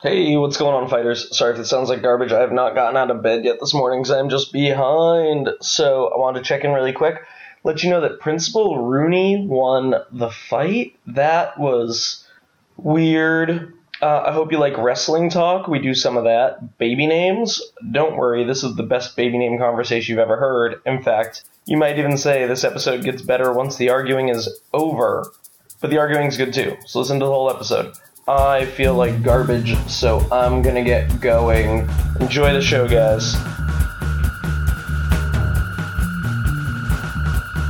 Hey, what's going on, fighters? Sorry if it sounds like garbage. I have not gotten out of bed yet this morning because I'm just behind. So I wanted to check in really quick, let you know that Principal Rooney won the fight. That was weird. Uh, I hope you like wrestling talk. We do some of that. Baby names. Don't worry, this is the best baby name conversation you've ever heard. In fact, you might even say this episode gets better once the arguing is over. But the arguing's good too, so listen to the whole episode. I feel like garbage, so I'm gonna get going. Enjoy the show, guys.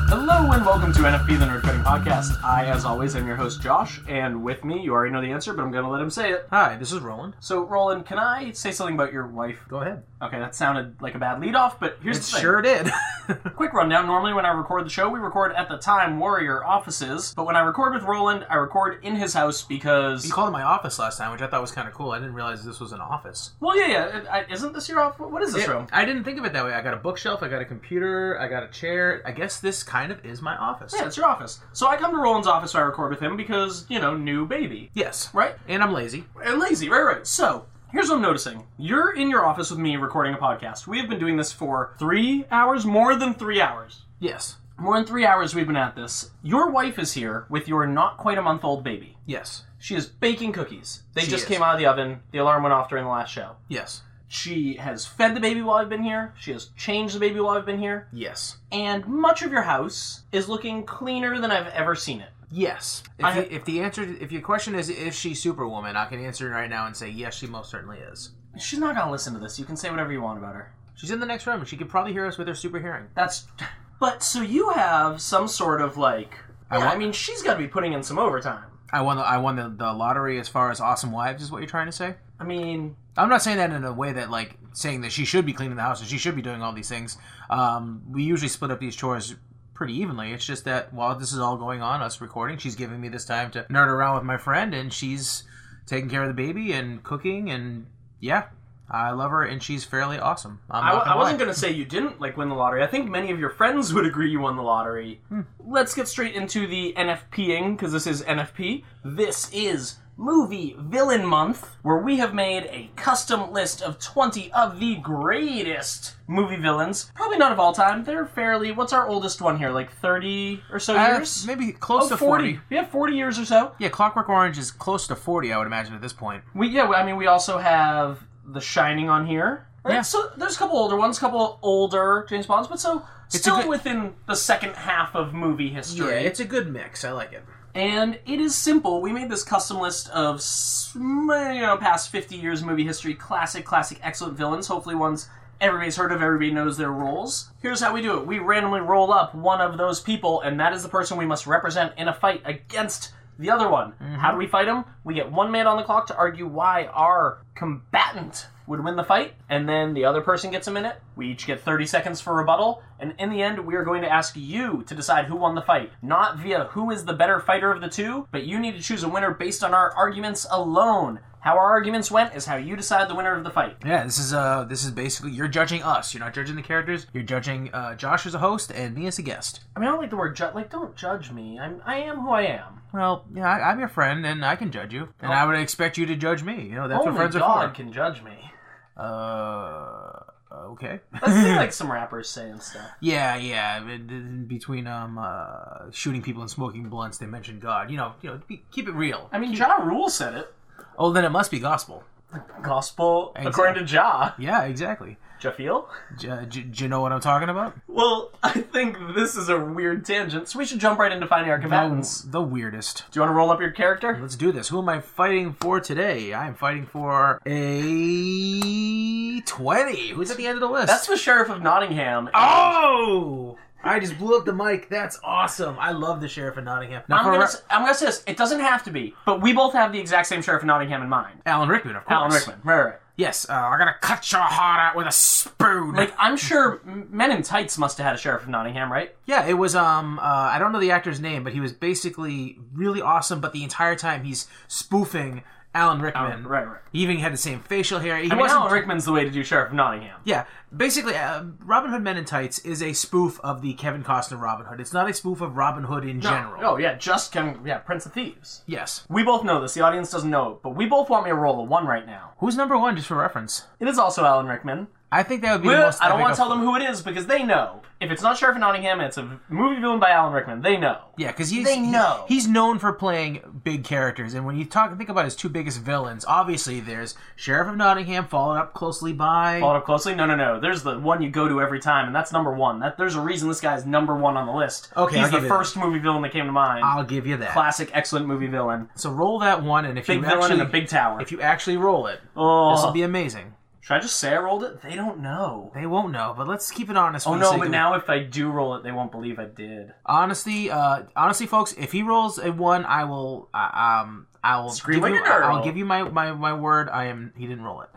Hello and welcome to NFP the Nerd Coding Podcast. I, as always, am your host Josh, and with me, you already know the answer, but I'm going to let him say it. Hi, this is Roland. So, Roland, can I say something about your wife? Go ahead. Okay, that sounded like a bad lead-off, but here's It the thing. sure did. Quick rundown. Normally, when I record the show, we record at the Time Warrior offices, but when I record with Roland, I record in his house because. you called it my office last time, which I thought was kind of cool. I didn't realize this was an office. well, yeah, yeah. it- I- Isn't this your office? What is this room? I didn't think of it that way. I got a bookshelf, I got a computer, I got a chair. I guess this kind of is my office. Yeah, it's your office. So I come to Roland's office where I record with him because, you know, new baby. Yes. Right? And I'm lazy. and lazy, right? Right. So here's what I'm noticing: you're in your office with me recording a podcast. We have been doing this for three hours, more than three hours. Yes. More than three hours we've been at this. Your wife is here with your not quite a month old baby. Yes. She is baking cookies. They She just is. came out of the oven. The alarm went off during the last show. Yes. She has fed the baby while I've been here. She has changed the baby while I've been here. Yes. And much of your house is looking cleaner than I've ever seen it. Yes. If, I- you, if the answer, if your question is if she's Superwoman, I can answer it right now and say yes, she most certainly is. She's not gonna listen to this. You can say whatever you want about her. She's in the next room. She could probably hear us with her super hearing. That's. But so you have some sort of like. I Yeah, want- I mean, she's got to be putting in some overtime. I won. The, I won the, the lottery as far as awesome wives is what you're trying to say. I mean, I'm not saying that in a way that like saying that she should be cleaning the house and she should be doing all these things. Um, we usually split up these chores pretty evenly. It's just that while this is all going on, us recording, she's giving me this time to nerd around with my friend, and she's taking care of the baby and cooking, and yeah, I love her, and she's fairly awesome. I'm I, not I gonna wasn't lie. going to say you didn't like win the lottery. I think many of your friends would agree you won the lottery. Hmm. Let's get straight into the NFPing because this is NFP. This is movie villain month where we have made a custom list of 20 of the greatest movie villains probably not of all time they're fairly what's our oldest one here like 30 or so Uh, years maybe close to Oh, 40. We have 40 years or so. Yeah, Clockwork Orange is close to 40, I would imagine, at this point. We yeah, I mean we also have The Shining on here. Right? Yeah. So there's a couple older ones, a couple older James Bonds, but so a still good- within the second half of movie history. a good mix. I like it. and it is simple. We made this custom list of s- you know past 50 years movie history classic classic excellent villains, hopefully ones everybody's heard of, everybody knows their roles. Here's how we do it. We randomly roll up one of those people and that is the person we must represent in a fight against the other one. How do we fight him? We get one man on the clock to argue why our combatant would win the fight, and then the other person gets a minute. We each get 30 seconds for rebuttal, and in the end, we are going to ask you to decide who won the fight. Not via who is the better fighter of the two, but you need to choose a winner based on our arguments alone. How our arguments went is how you decide the winner of the fight. Yeah, this is uh, this is basically you're judging us. You're not judging the characters. You're judging uh, Josh as a host and me as a guest. I mean, I don't like the word judge. Like, don't judge me. I'm, I am who I am. Well, yeah, I, I'm your friend and I can judge you, and I would expect you to judge me. You know, that's Only what friends Oh God can judge me. are for. Uh, okay. That's the thing, like some rappers say and stuff. yeah, yeah. in- in Between um, uh, shooting people and smoking blunts, they mentioned God. You know, you know, be, keep it real. I mean, Ja Rule said it. Oh, then it must be gospel. Gospel according to Ja. Yeah, exactly. Jafiel? J- uh, j- do you know what I'm talking about? Well, I think this is a weird tangent, so we should jump right into finding our combatants. The weirdest. Do you want to roll up your character? Let's do this. Who am I fighting for today? I am fighting for a 20. Who's at the end of the list? That's the Sheriff of Nottingham. Oh! I just blew up the mic. That's awesome. I love the Sheriff of Nottingham. Now, I'm for gonna, re- s- I'm gonna say this. It doesn't have to be, but we both have the exact same Sheriff of Nottingham in mind. Alan Rickman, of course. Alan Rickman. Right, right. Yes, uh, I'm going to cut your heart out with a spoon. Like, I'm sure M- Men in Tights must have had a Sheriff of Nottingham, right? yeah, it was, um, uh, I don't know the actor's name, but he was basically really awesome, but the entire time he's spoofing. Alan Rickman. Alan- right, right. He even had the same facial hair. He I mean, wasn't- Alan Rickman's the way to do Sheriff of Nottingham. Yeah, basically, uh, Robin Hood Men in Tights is a spoof of the Kevin Costner Robin Hood. It's not a spoof of Robin Hood in general. Oh yeah, just Kevin. Yeah, Prince of Thieves. Yes. We both know this. The audience doesn't know it, but we both want me to roll a one right now. Who's number one, just for reference? It is also Alan Rickman. I think that would be the Well, most. I don't epic want of- to tell them who it is because they know. If it's not Sheriff of Nottingham, it's a movie villain by Alan Rickman. They know. Yeah, because he's They know. he- he's known for playing big characters, and when you talk, think about his two biggest villains. Obviously, there's Sheriff of Nottingham, followed up closely by Followed up closely? No, no, no. There's the one you go to every time, and that's number one. That there's a reason this guy's number one on the list. Okay, he's I'll give the you first movie villain that came to mind. I'll give you that. Classic, excellent movie villain. So roll that one, and if Big you villain actually in a big tower. if you actually roll it, this will oh, be amazing. should I just say I rolled it? They don't know. They won't know, but let's keep it honest. Oh for the no! sake But of- now if I do roll it, they won't believe I did. honestly, uh, honestly, folks, if he rolls a one, I will, uh, um, I will Scream give like you, a girl. I'll give you my, my my word. I am. He didn't roll it.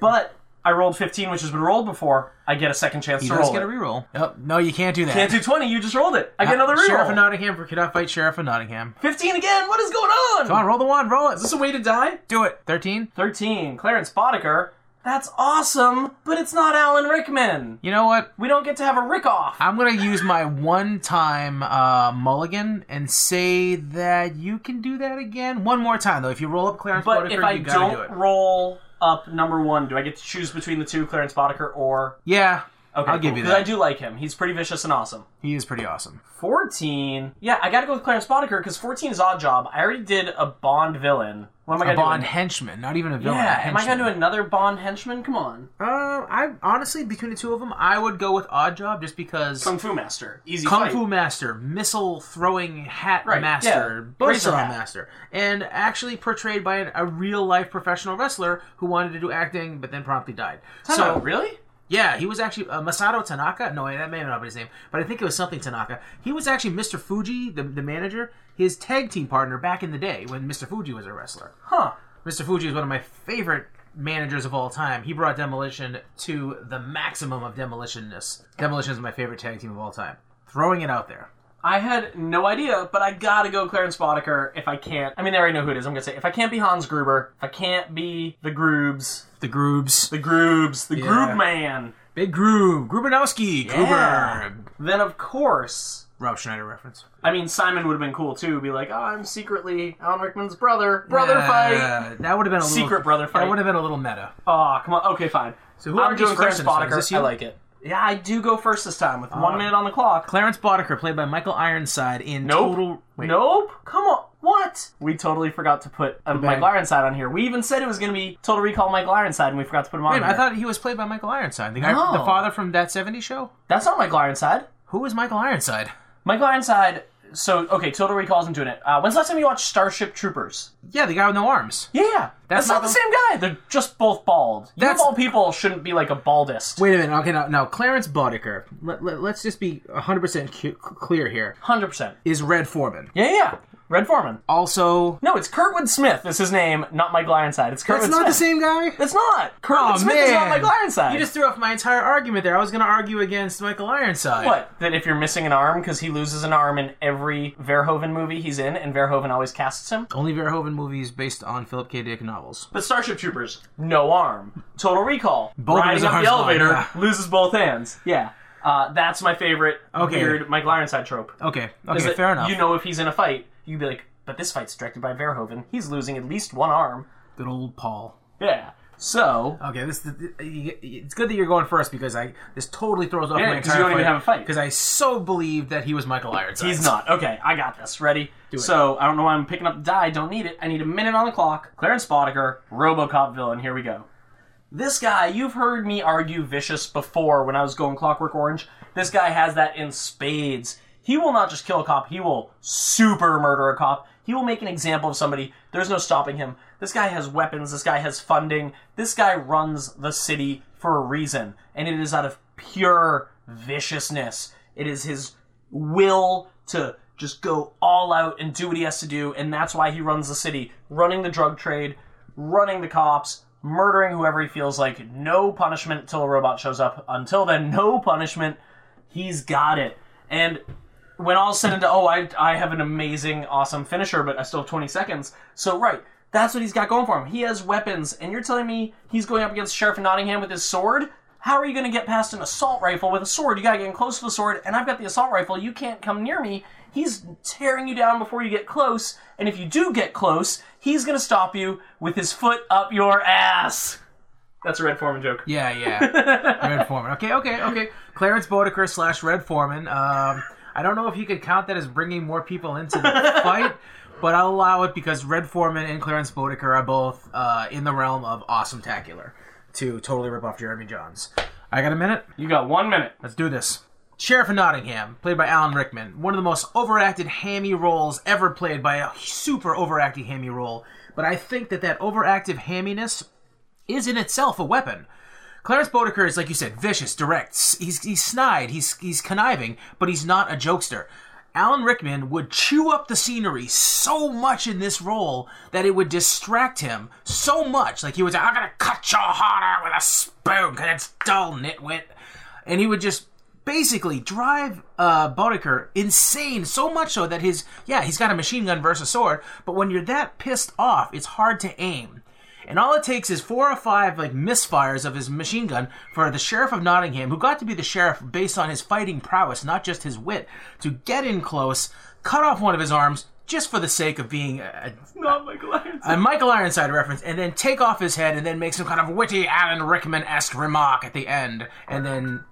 But I rolled 15, which has been rolled before. I get a second chance He to does roll get a it. reroll. Nope. No, you can't do that. Can't do 20. You just rolled it. I get another Sheriff reroll. of Nottingham for cannot fight Sheriff of Nottingham. 15 again. What is going on? Come on, roll the one. Roll it. Is this a way to die? Do it. Thirteen. 13. Clarence Boddicker. That's awesome, but it's not Alan Rickman. You know what? We don't get to have a Rick off. I'm gonna use my one-time uh, mulligan and say that you can do that again one more time though. If you roll up Clarence But Boddicker, if I you gotta do don't it. roll up number one, do I get to choose between the two, Clarence Boddicker or. Yeah, Okay, I'll give cool, you 'cause that. I do like him. He's pretty vicious and awesome. he is pretty awesome. 14. Yeah, I gotta go with Clarence Boddicker because 14 is odd job. I already did a Bond villain. What am I A gonna Bond do? henchman, not even a villain. Yeah, a am I gonna henchman. do another Bond henchman? Come on. Uh, I honestly between the two of them, I would go with Oddjob just because Kung, Kung Fu Master. Easy fight. Fu Master, missile throwing hat Right, master, yeah. Razor buzzsaw hat. master, and actually portrayed by an, a real life professional wrestler who wanted to do acting but then promptly died. Time so out, really? yeah, he was actually uh, Masato Tanaka. No, that may not be his name, but I think it was something Tanaka. He was actually Mr. Fuji, the, the manager, his tag team partner back in the day when Mr. Fuji was a wrestler. Huh. Mr. Fuji is one of my favorite managers of all time. He brought Demolition to the maximum of demolitionness. Demolition is my favorite tag team of all time. Throwing it out there. I had no idea, but I gotta go Clarence Boddicker if I can't. I mean, I already know who it is. I'm gonna say if I can't be Hans Gruber, if I can't be the Groobs, The Groobs. the Groobs, the Groob Man, Big Groove. Grubernowski. Yeah. Gruber. then of course. Rob Schneider reference. I mean, Simon would have been cool too. Be like, oh, I'm secretly Alan Rickman's brother. Brother fight. Yeah, That would have been a little, Secret brother fight. That would have been a little meta. Oh, come on. Okay, fine. So who I'm are these doing first Clarence in this one? Is Boddicker. this you? Ah. I like it. Yeah, I do go first this time with one minute on the clock. Clarence Boddicker, played by Michael Ironside in Nope. total. Wait, Nope. Come on. What? We totally forgot to put uh, bag. Michael Ironside on here. We even said it was going to be Total Recall Michael Ironside, and we forgot to put him on. Wait, here. I thought he was played by Michael Ironside, the guy, No. the father from that '70s show. that's not Michael Ironside. Who is Michael Ironside? Michael Ironside. So okay, Total Recall's into it. Uh, when's the last time you watched Starship Troopers? Yeah, the guy with no arms. Yeah, yeah. That's that's, not not the the- same guy. They're just both bald. You of That's- all people shouldn't be like a baldist. Wait a minute. Okay, now, now Clarence Boddicker. Let, let, us just be 100% cu- clear here. Hundred percent. Is Red Foreman Yeah, yeah. Red Foreman. also? No, it's Kurtwood Smith. Is his name not Michael Ironside? It's Kurtwood That's not Smith. the same guy. It's not. Kurtwood Aw, Smith is not Oh, man. Michael Ironside. You just threw off my entire argument there. I was going to argue against Michael Ironside. What? That if you're missing an arm, because he loses an arm in every Verhoeven movie he's in, and Verhoeven always casts him? Only Verhoeven movies based on Philip K. Dick novels. But Starship Troopers, no arm. Total Recall, Both of his riding up the arms gone, elevator, yeah. loses both hands. Yeah. Uh, that's my favorite Okay. weird Michael Ironside trope. Okay. Is Okay. that Fair enough. You know if he's in a fight, you'd be like, but this fight's directed by Verhoeven. He's losing at least one arm. Good old Paul. Yeah. So, Okay, this the- you- it's good that you're going first because I this totally throws off Yeah, my 'cause entire you don't even have a fight. because I so believed that he was Michael Ironside. He's not. Okay, I got this. Ready? So, I don't know why I'm picking up the die. Don't need it. I need a minute on the clock. Clarence Boddicker, Robocop villain. Here we go. This guy, you've heard me argue vicious before when I was going Clockwork Orange. This guy has that in spades. He will not just kill a cop, he will super murder a cop. He will make an example of somebody. There's no stopping him. This guy has weapons, this guy has funding. This guy runs the city for a reason, and it is out of pure viciousness. It is his will to just go all out and do what he has to do, and that's why he runs the city, running the drug trade, running the cops, murdering whoever he feels like. No punishment until a robot shows up. Until then, no punishment. He's got it. And when all's said and done, oh, I, I have an amazing, awesome finisher, but I still have 20 seconds. So, right, That's what he's got going for him. He has weapons, and you're telling me he's going up against Sheriff Nottingham with his sword? How are you going to get past an assault rifle with a sword? You got to get in close to the sword, and I've got the assault rifle. You can't come near me. He's tearing you down before you get close, and if you do get close, he's going to stop you with his foot up your ass. That's a Red Foreman joke. Yeah, yeah. Red Foreman. Okay, okay, okay. Clarence Boudicca slash Red Foreman. Um, I don't know if you could count that as bringing more people into the fight, but I'll allow it because Red Foreman and Clarence Boudicca are both uh, in the realm of awesome tacular to totally rip off Jeremy Johns. I got a minute. You got one minute. Let's do this. Sheriff of Nottingham, played by Alan Rickman, one of the most overacted hammy roles ever played by a super overacting hammy role. But I think that that overactive hamminess is in itself a weapon. Clarence Boudicca is, like you said, vicious, direct. s- He's, he's snide, he's, he's conniving, but he's not a jokester. Alan Rickman would chew up the scenery so much in this role that it would distract him so much. Like he was, I'm gonna cut your heart out with a spoon because it's dull, nitwit. And he would just basically drive uh, Boudicca insane so much so that his, yeah, he's got a machine gun versus sword, but when you're that pissed off, it's hard to aim. And all it takes is four or five like misfires of his machine gun for the sheriff of Nottingham, who got to be the sheriff based on his fighting prowess, not just his wit, to get in close, cut off one of his arms just for the sake of being a, Not Michael Ironside. a Michael Ironside reference, and then take off his head and then make some kind of witty Alan Rickman-esque remark at the end, and then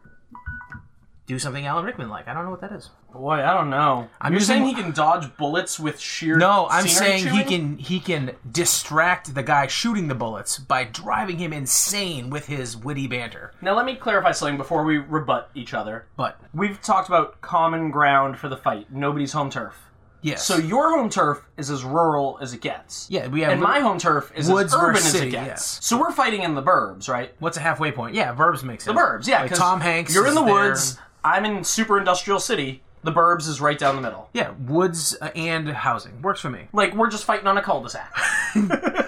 do something Alan Rickman-like. I don't know what that is. Boy, I don't know. I'm You're using- saying he can dodge bullets with sheer No, I'm scenery saying he chewing? can he can distract the guy shooting the bullets by driving him insane with his witty banter. Now let me clarify something before we rebut each other. But We've talked about common ground for the fight. Nobody's home turf. yes, So your home turf is as rural as it gets. yeah, we have. And my home turf is Woods as urban versus as city, it gets. yes. So we're fighting in the burbs, right? what's a halfway point? Yeah, verbs makes The burbs, yeah. like 'cause Tom Hanks. You're in is the there. woods. I'm in super industrial city. The burbs is right down the middle. Yeah, woods uh, and housing works for me. Like we're just fighting on a cul-de-sac.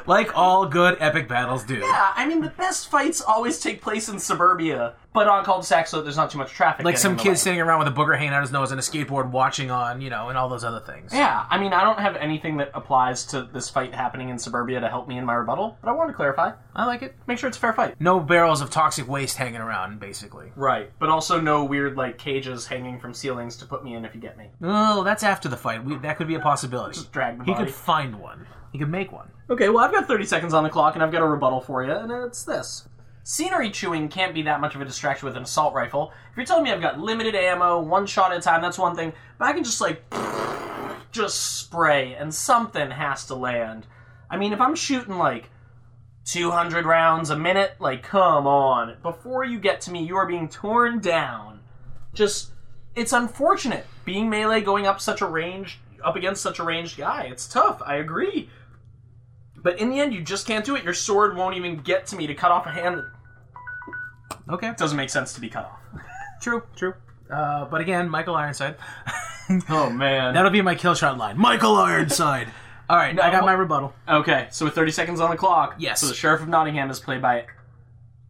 Like all good epic battles do. Yeah, I mean the best fights always take place in suburbia, but on cul-de-sac, so there's not too much traffic. Like getting some in the kid way. sitting around with a booger hanging out his nose and a skateboard watching on, you know, and all those other things. Yeah, I mean I don't have anything that applies to this fight happening in suburbia to help me in my rebuttal, but I want to clarify. I like it. Make sure it's a fair fight. No barrels of toxic waste hanging around, basically. Right, but also no weird like cages hanging from ceilings to put me in if you get me. Oh, that's after the fight. We, that could be a possibility. drag the he body. could find one. He could make one. Okay, well I've got 30 seconds on the clock and I've got a rebuttal for you, and it's this. Scenery chewing can't be that much of a distraction with an assault rifle. If you're telling me I've got limited ammo, one shot at a time, that's one thing, but I can just like just spray and something has to land. I mean, if I'm shooting like 200 rounds a minute, like come on. Before you get to me, you are being torn down. Just it's unfortunate being melee going up such a range up against such a ranged guy. It's tough. I agree. But in the end, you just can't do it. Your sword won't even get to me to cut off a hand that Okay. doesn't make sense to be cut off. True, true. Uh, but again, Michael Ironside. Oh man. That'll be my kill shot line. Michael Ironside. All right, I got No. my rebuttal. Okay, so with 30 seconds on the clock, Yes. So the sheriff of Nottingham is played by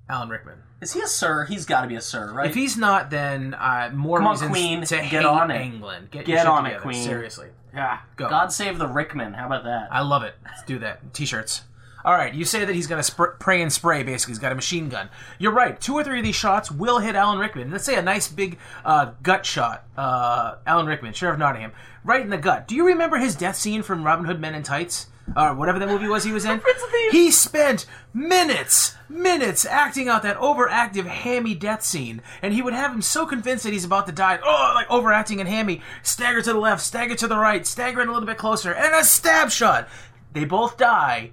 Alan Rickman. Is he a sir? He's got to be a sir, right? If he's not, then uh, more Come on, reasons Queen, to get hate on it. England. Get, Get your shit on it, together, Queen. Seriously, yeah. Go. God save the Rickman. How about that? I love it. Let's do that. T-shirts. All right, you say that he's going to sp- pray and spray. Basically, he's got a machine gun. You're right. Two or three of these shots will hit Alan Rickman. Let's say a nice big uh, gut shot. Uh, Alan Rickman, Sheriff Nottingham, right in the gut. Do you remember his death scene from Robin Hood Men in Tights? Or whatever that movie was he was in. Prince of Thieves. He spent minutes, minutes acting out that overactive hammy death scene, and he would have him so convinced that he's about to die. Oh, like overacting and hammy. Stagger to the left, stagger to the right, staggering a little bit closer, and a stab shot. They both die.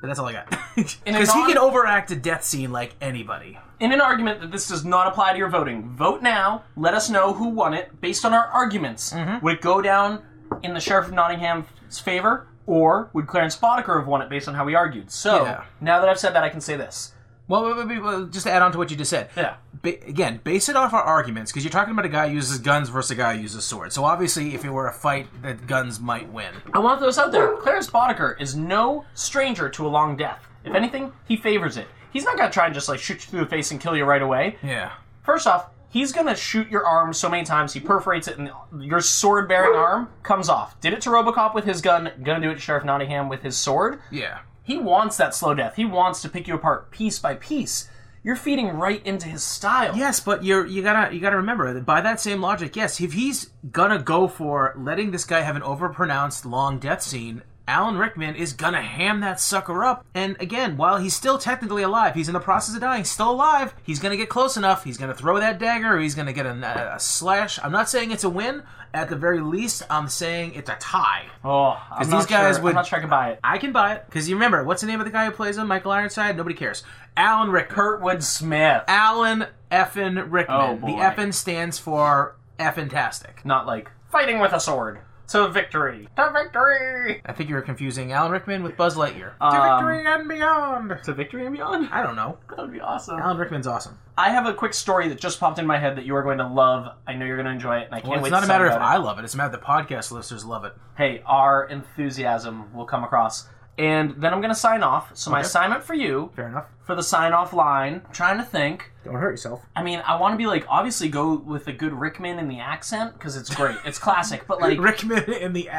But that's all I got. In a Because non- he can overact a death scene like anybody. in an argument that this does not apply to your voting, vote now. Let us know who won it based on our arguments. Would it go down in the Sheriff of Nottingham's favor, or would Clarence Boddicker have won it based on how we argued? So Yeah. now that I've said that, I can say this. Well, wait, wait, wait, well, just to add on to what you just said. Yeah. Ba- again, base it off our arguments because you're talking about a guy who uses guns versus a guy who uses swords. So obviously, if it were a fight, that guns might win. I want those out there. Clarence Boddicker is no stranger to a long death. If anything, he favors it. He's not gonna try and just like shoot you through the face and kill you right away. Yeah. First off, He's gonna shoot your arm so many times he perforates it, and your sword-bearing arm comes off. Did it to RoboCop with his gun. Gonna do it to Sheriff Nottingham with his sword. Yeah. He wants that slow death. He wants to pick you apart piece by piece. You're feeding right into his style. Yes, but you're you gotta you gotta remember that by that same logic, yes, if he's gonna go for letting this guy have an overpronounced long death scene, Alan Rickman is gonna ham that sucker up. And again, while he's still technically alive, he's in the process of dying, still alive. He's gonna get close enough. He's gonna throw that dagger. Or he's gonna get a, a slash. I'm not saying it's a win. At the very least, I'm saying it's a tie. Oh, I'm not these guys sure. would- I'm not sure I can buy it. I can buy it because you remember what's the name of the guy who plays him? Michael Ironside. Nobody cares. Alan Rickman. Kurtwood Smith. Alan effin Oh, Rickman. boy. the effin stands for effantastic. Not like fighting with a sword. To victory. To victory. I think you were confusing Alan Rickman with Buzz Lightyear. Um, to victory and beyond. To victory and beyond. I don't know. That would be awesome. Alan Rickman's awesome. I have a quick story that just popped in my head that you are going to love. I know you're going to enjoy it, and I can't Well, wait. it's not to a tell matter you if about I it. love it. It's a matter of the podcast listeners love it. Hey, our enthusiasm will come across, and then I'm going to sign off. So my Okay. assignment for you Fair enough. for the sign off line. I'm trying to think. Don't hurt yourself. I mean, I want to be like obviously go with the good Rickman in the accent because it's great. It's classic, but like, Rickman in the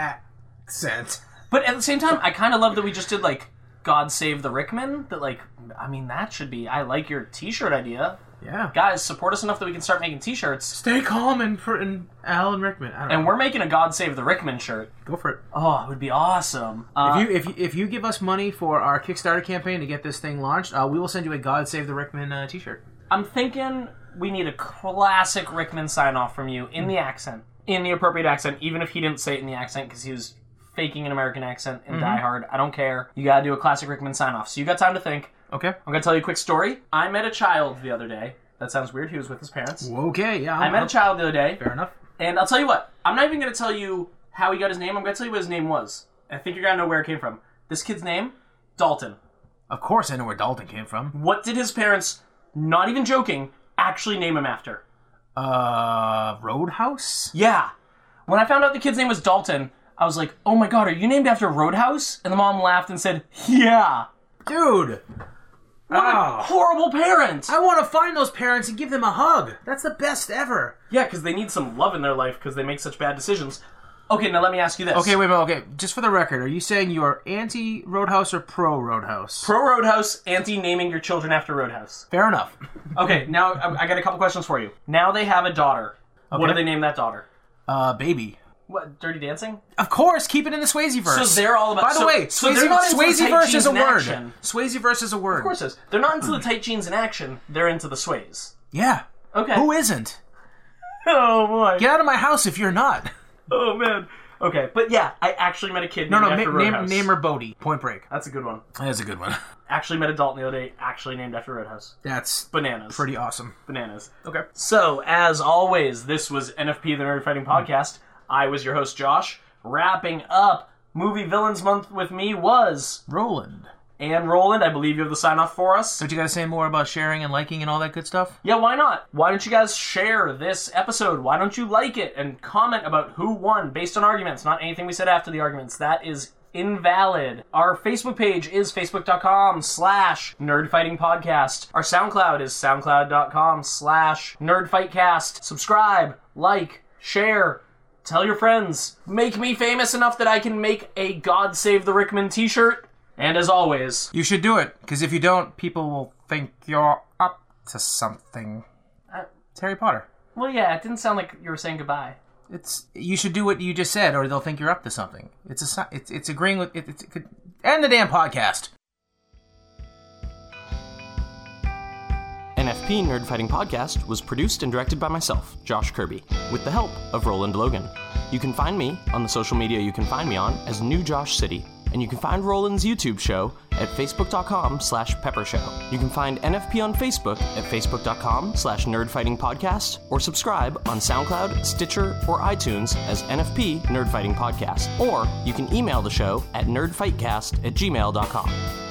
accent. but at the same time, I kind of love that we just did like God save the Rickman. That like, I mean, that should be. I like your T-shirt idea, Yeah. guys. Support us enough that we can start making T-shirts. Stay calm and, for, and Alan Rickman. I don't And know. we're making a God Save the Rickman shirt. Go for it. Oh, it would be awesome. If Uh, you, if you if you give us money for our Kickstarter campaign to get this thing launched, uh, we will send you a God Save the Rickman uh, T-shirt. I'm thinking we need a classic Rickman sign off from you in the accent, in the appropriate accent, even if he didn't say it in the accent because he was faking an American accent in Die Hard. I don't care. You gotta do a classic Rickman sign off. So you got time to think. Okay. I'm gonna tell you a quick story. I met a child the other day. That sounds weird. He was with his parents. Okay. Yeah. I met a child the other day, Fair enough. and I'll tell you what. I'm not even gonna tell you how he got his name. I'm gonna tell you what his name was. I think you're gonna know where it came from. This kid's name, Dalton. Of course, I know where Dalton came from. What did his parents, not even joking, actually name him after? Uh, Roadhouse. Yeah. When I found out the kid's name was Dalton, I was like, oh my god, are you named after Roadhouse? And the mom laughed and said, yeah. Dude. What a Oh. horrible parent. I want to find those parents and give them a hug. That's the best ever. Yeah, because they need some love in their life because they make such bad decisions. Okay, now let me ask you this. Okay, wait a minute. Okay, just for the record, are you saying you are anti Roadhouse or pro Roadhouse? Pro Roadhouse, anti naming your children after Roadhouse. Fair enough. Okay, now I I got a couple questions for you. Now they have a daughter. What do Okay. they name that daughter? Uh, baby. What, Dirty Dancing? Of course, keep it in the Swayze verse. So they're all about By the so- way, so they're Swayze, not into the Swayze tight verse jeans is a in word. action. Swayze verse is a word. Of course, it is. they're not into the tight jeans in action. They're into the sways. Yeah. Okay. Who isn't? oh boy. Get out of my house if you're not. Oh man. Okay, but yeah, I actually met a kid. No, no, named ma- after name, Roadhouse. name her Bodie. Point Break. That's a good one. That's a good one. Actually met a Dalton the other day. Actually named after Roadhouse. That's Bananas. pretty awesome. bananas. Okay. So as always, this was NFP the Nerd Fighting Podcast. I was your host Josh. Wrapping up movie villains month with me was Roland. Anne Roland. I believe you have the sign off for us. Don't you gotta say more about sharing and liking and all that good stuff? Yeah, why not? Why don't you guys share this episode? Why don't you like it and comment about who won based on arguments, not anything we said after the arguments? That is invalid. Our Facebook page is facebook.com slash nerdfightingpodcast. Our SoundCloud is soundcloud.com slash nerdfightcast. Subscribe, like, share, tell your friends. Make me famous enough that I can make a God Save the Rickman t-shirt. And as always, You should do it, because if you don't, people will think you're up to something. Uh, It's Harry Potter. well, yeah, it didn't sound like you were saying goodbye. It's you should do what you just said, or they'll think you're up to something. It's a si- it's, it's agreeing with it, it's- it could end the damn podcast. NFP Nerd Fighting Podcast was produced and directed by myself, Josh Kirby, with the help of Roland Logan. You can find me on the social media you can find me on as New Josh City, and you can find Roland's YouTube show at facebook.com slash pepper show. You can find NFP on Facebook at facebook.com slash nerdfightingpodcast or subscribe on SoundCloud, Stitcher, or iTunes as NFP Nerd Fighting Podcast. Or you can email the show at nerdfightcast at gmail.com.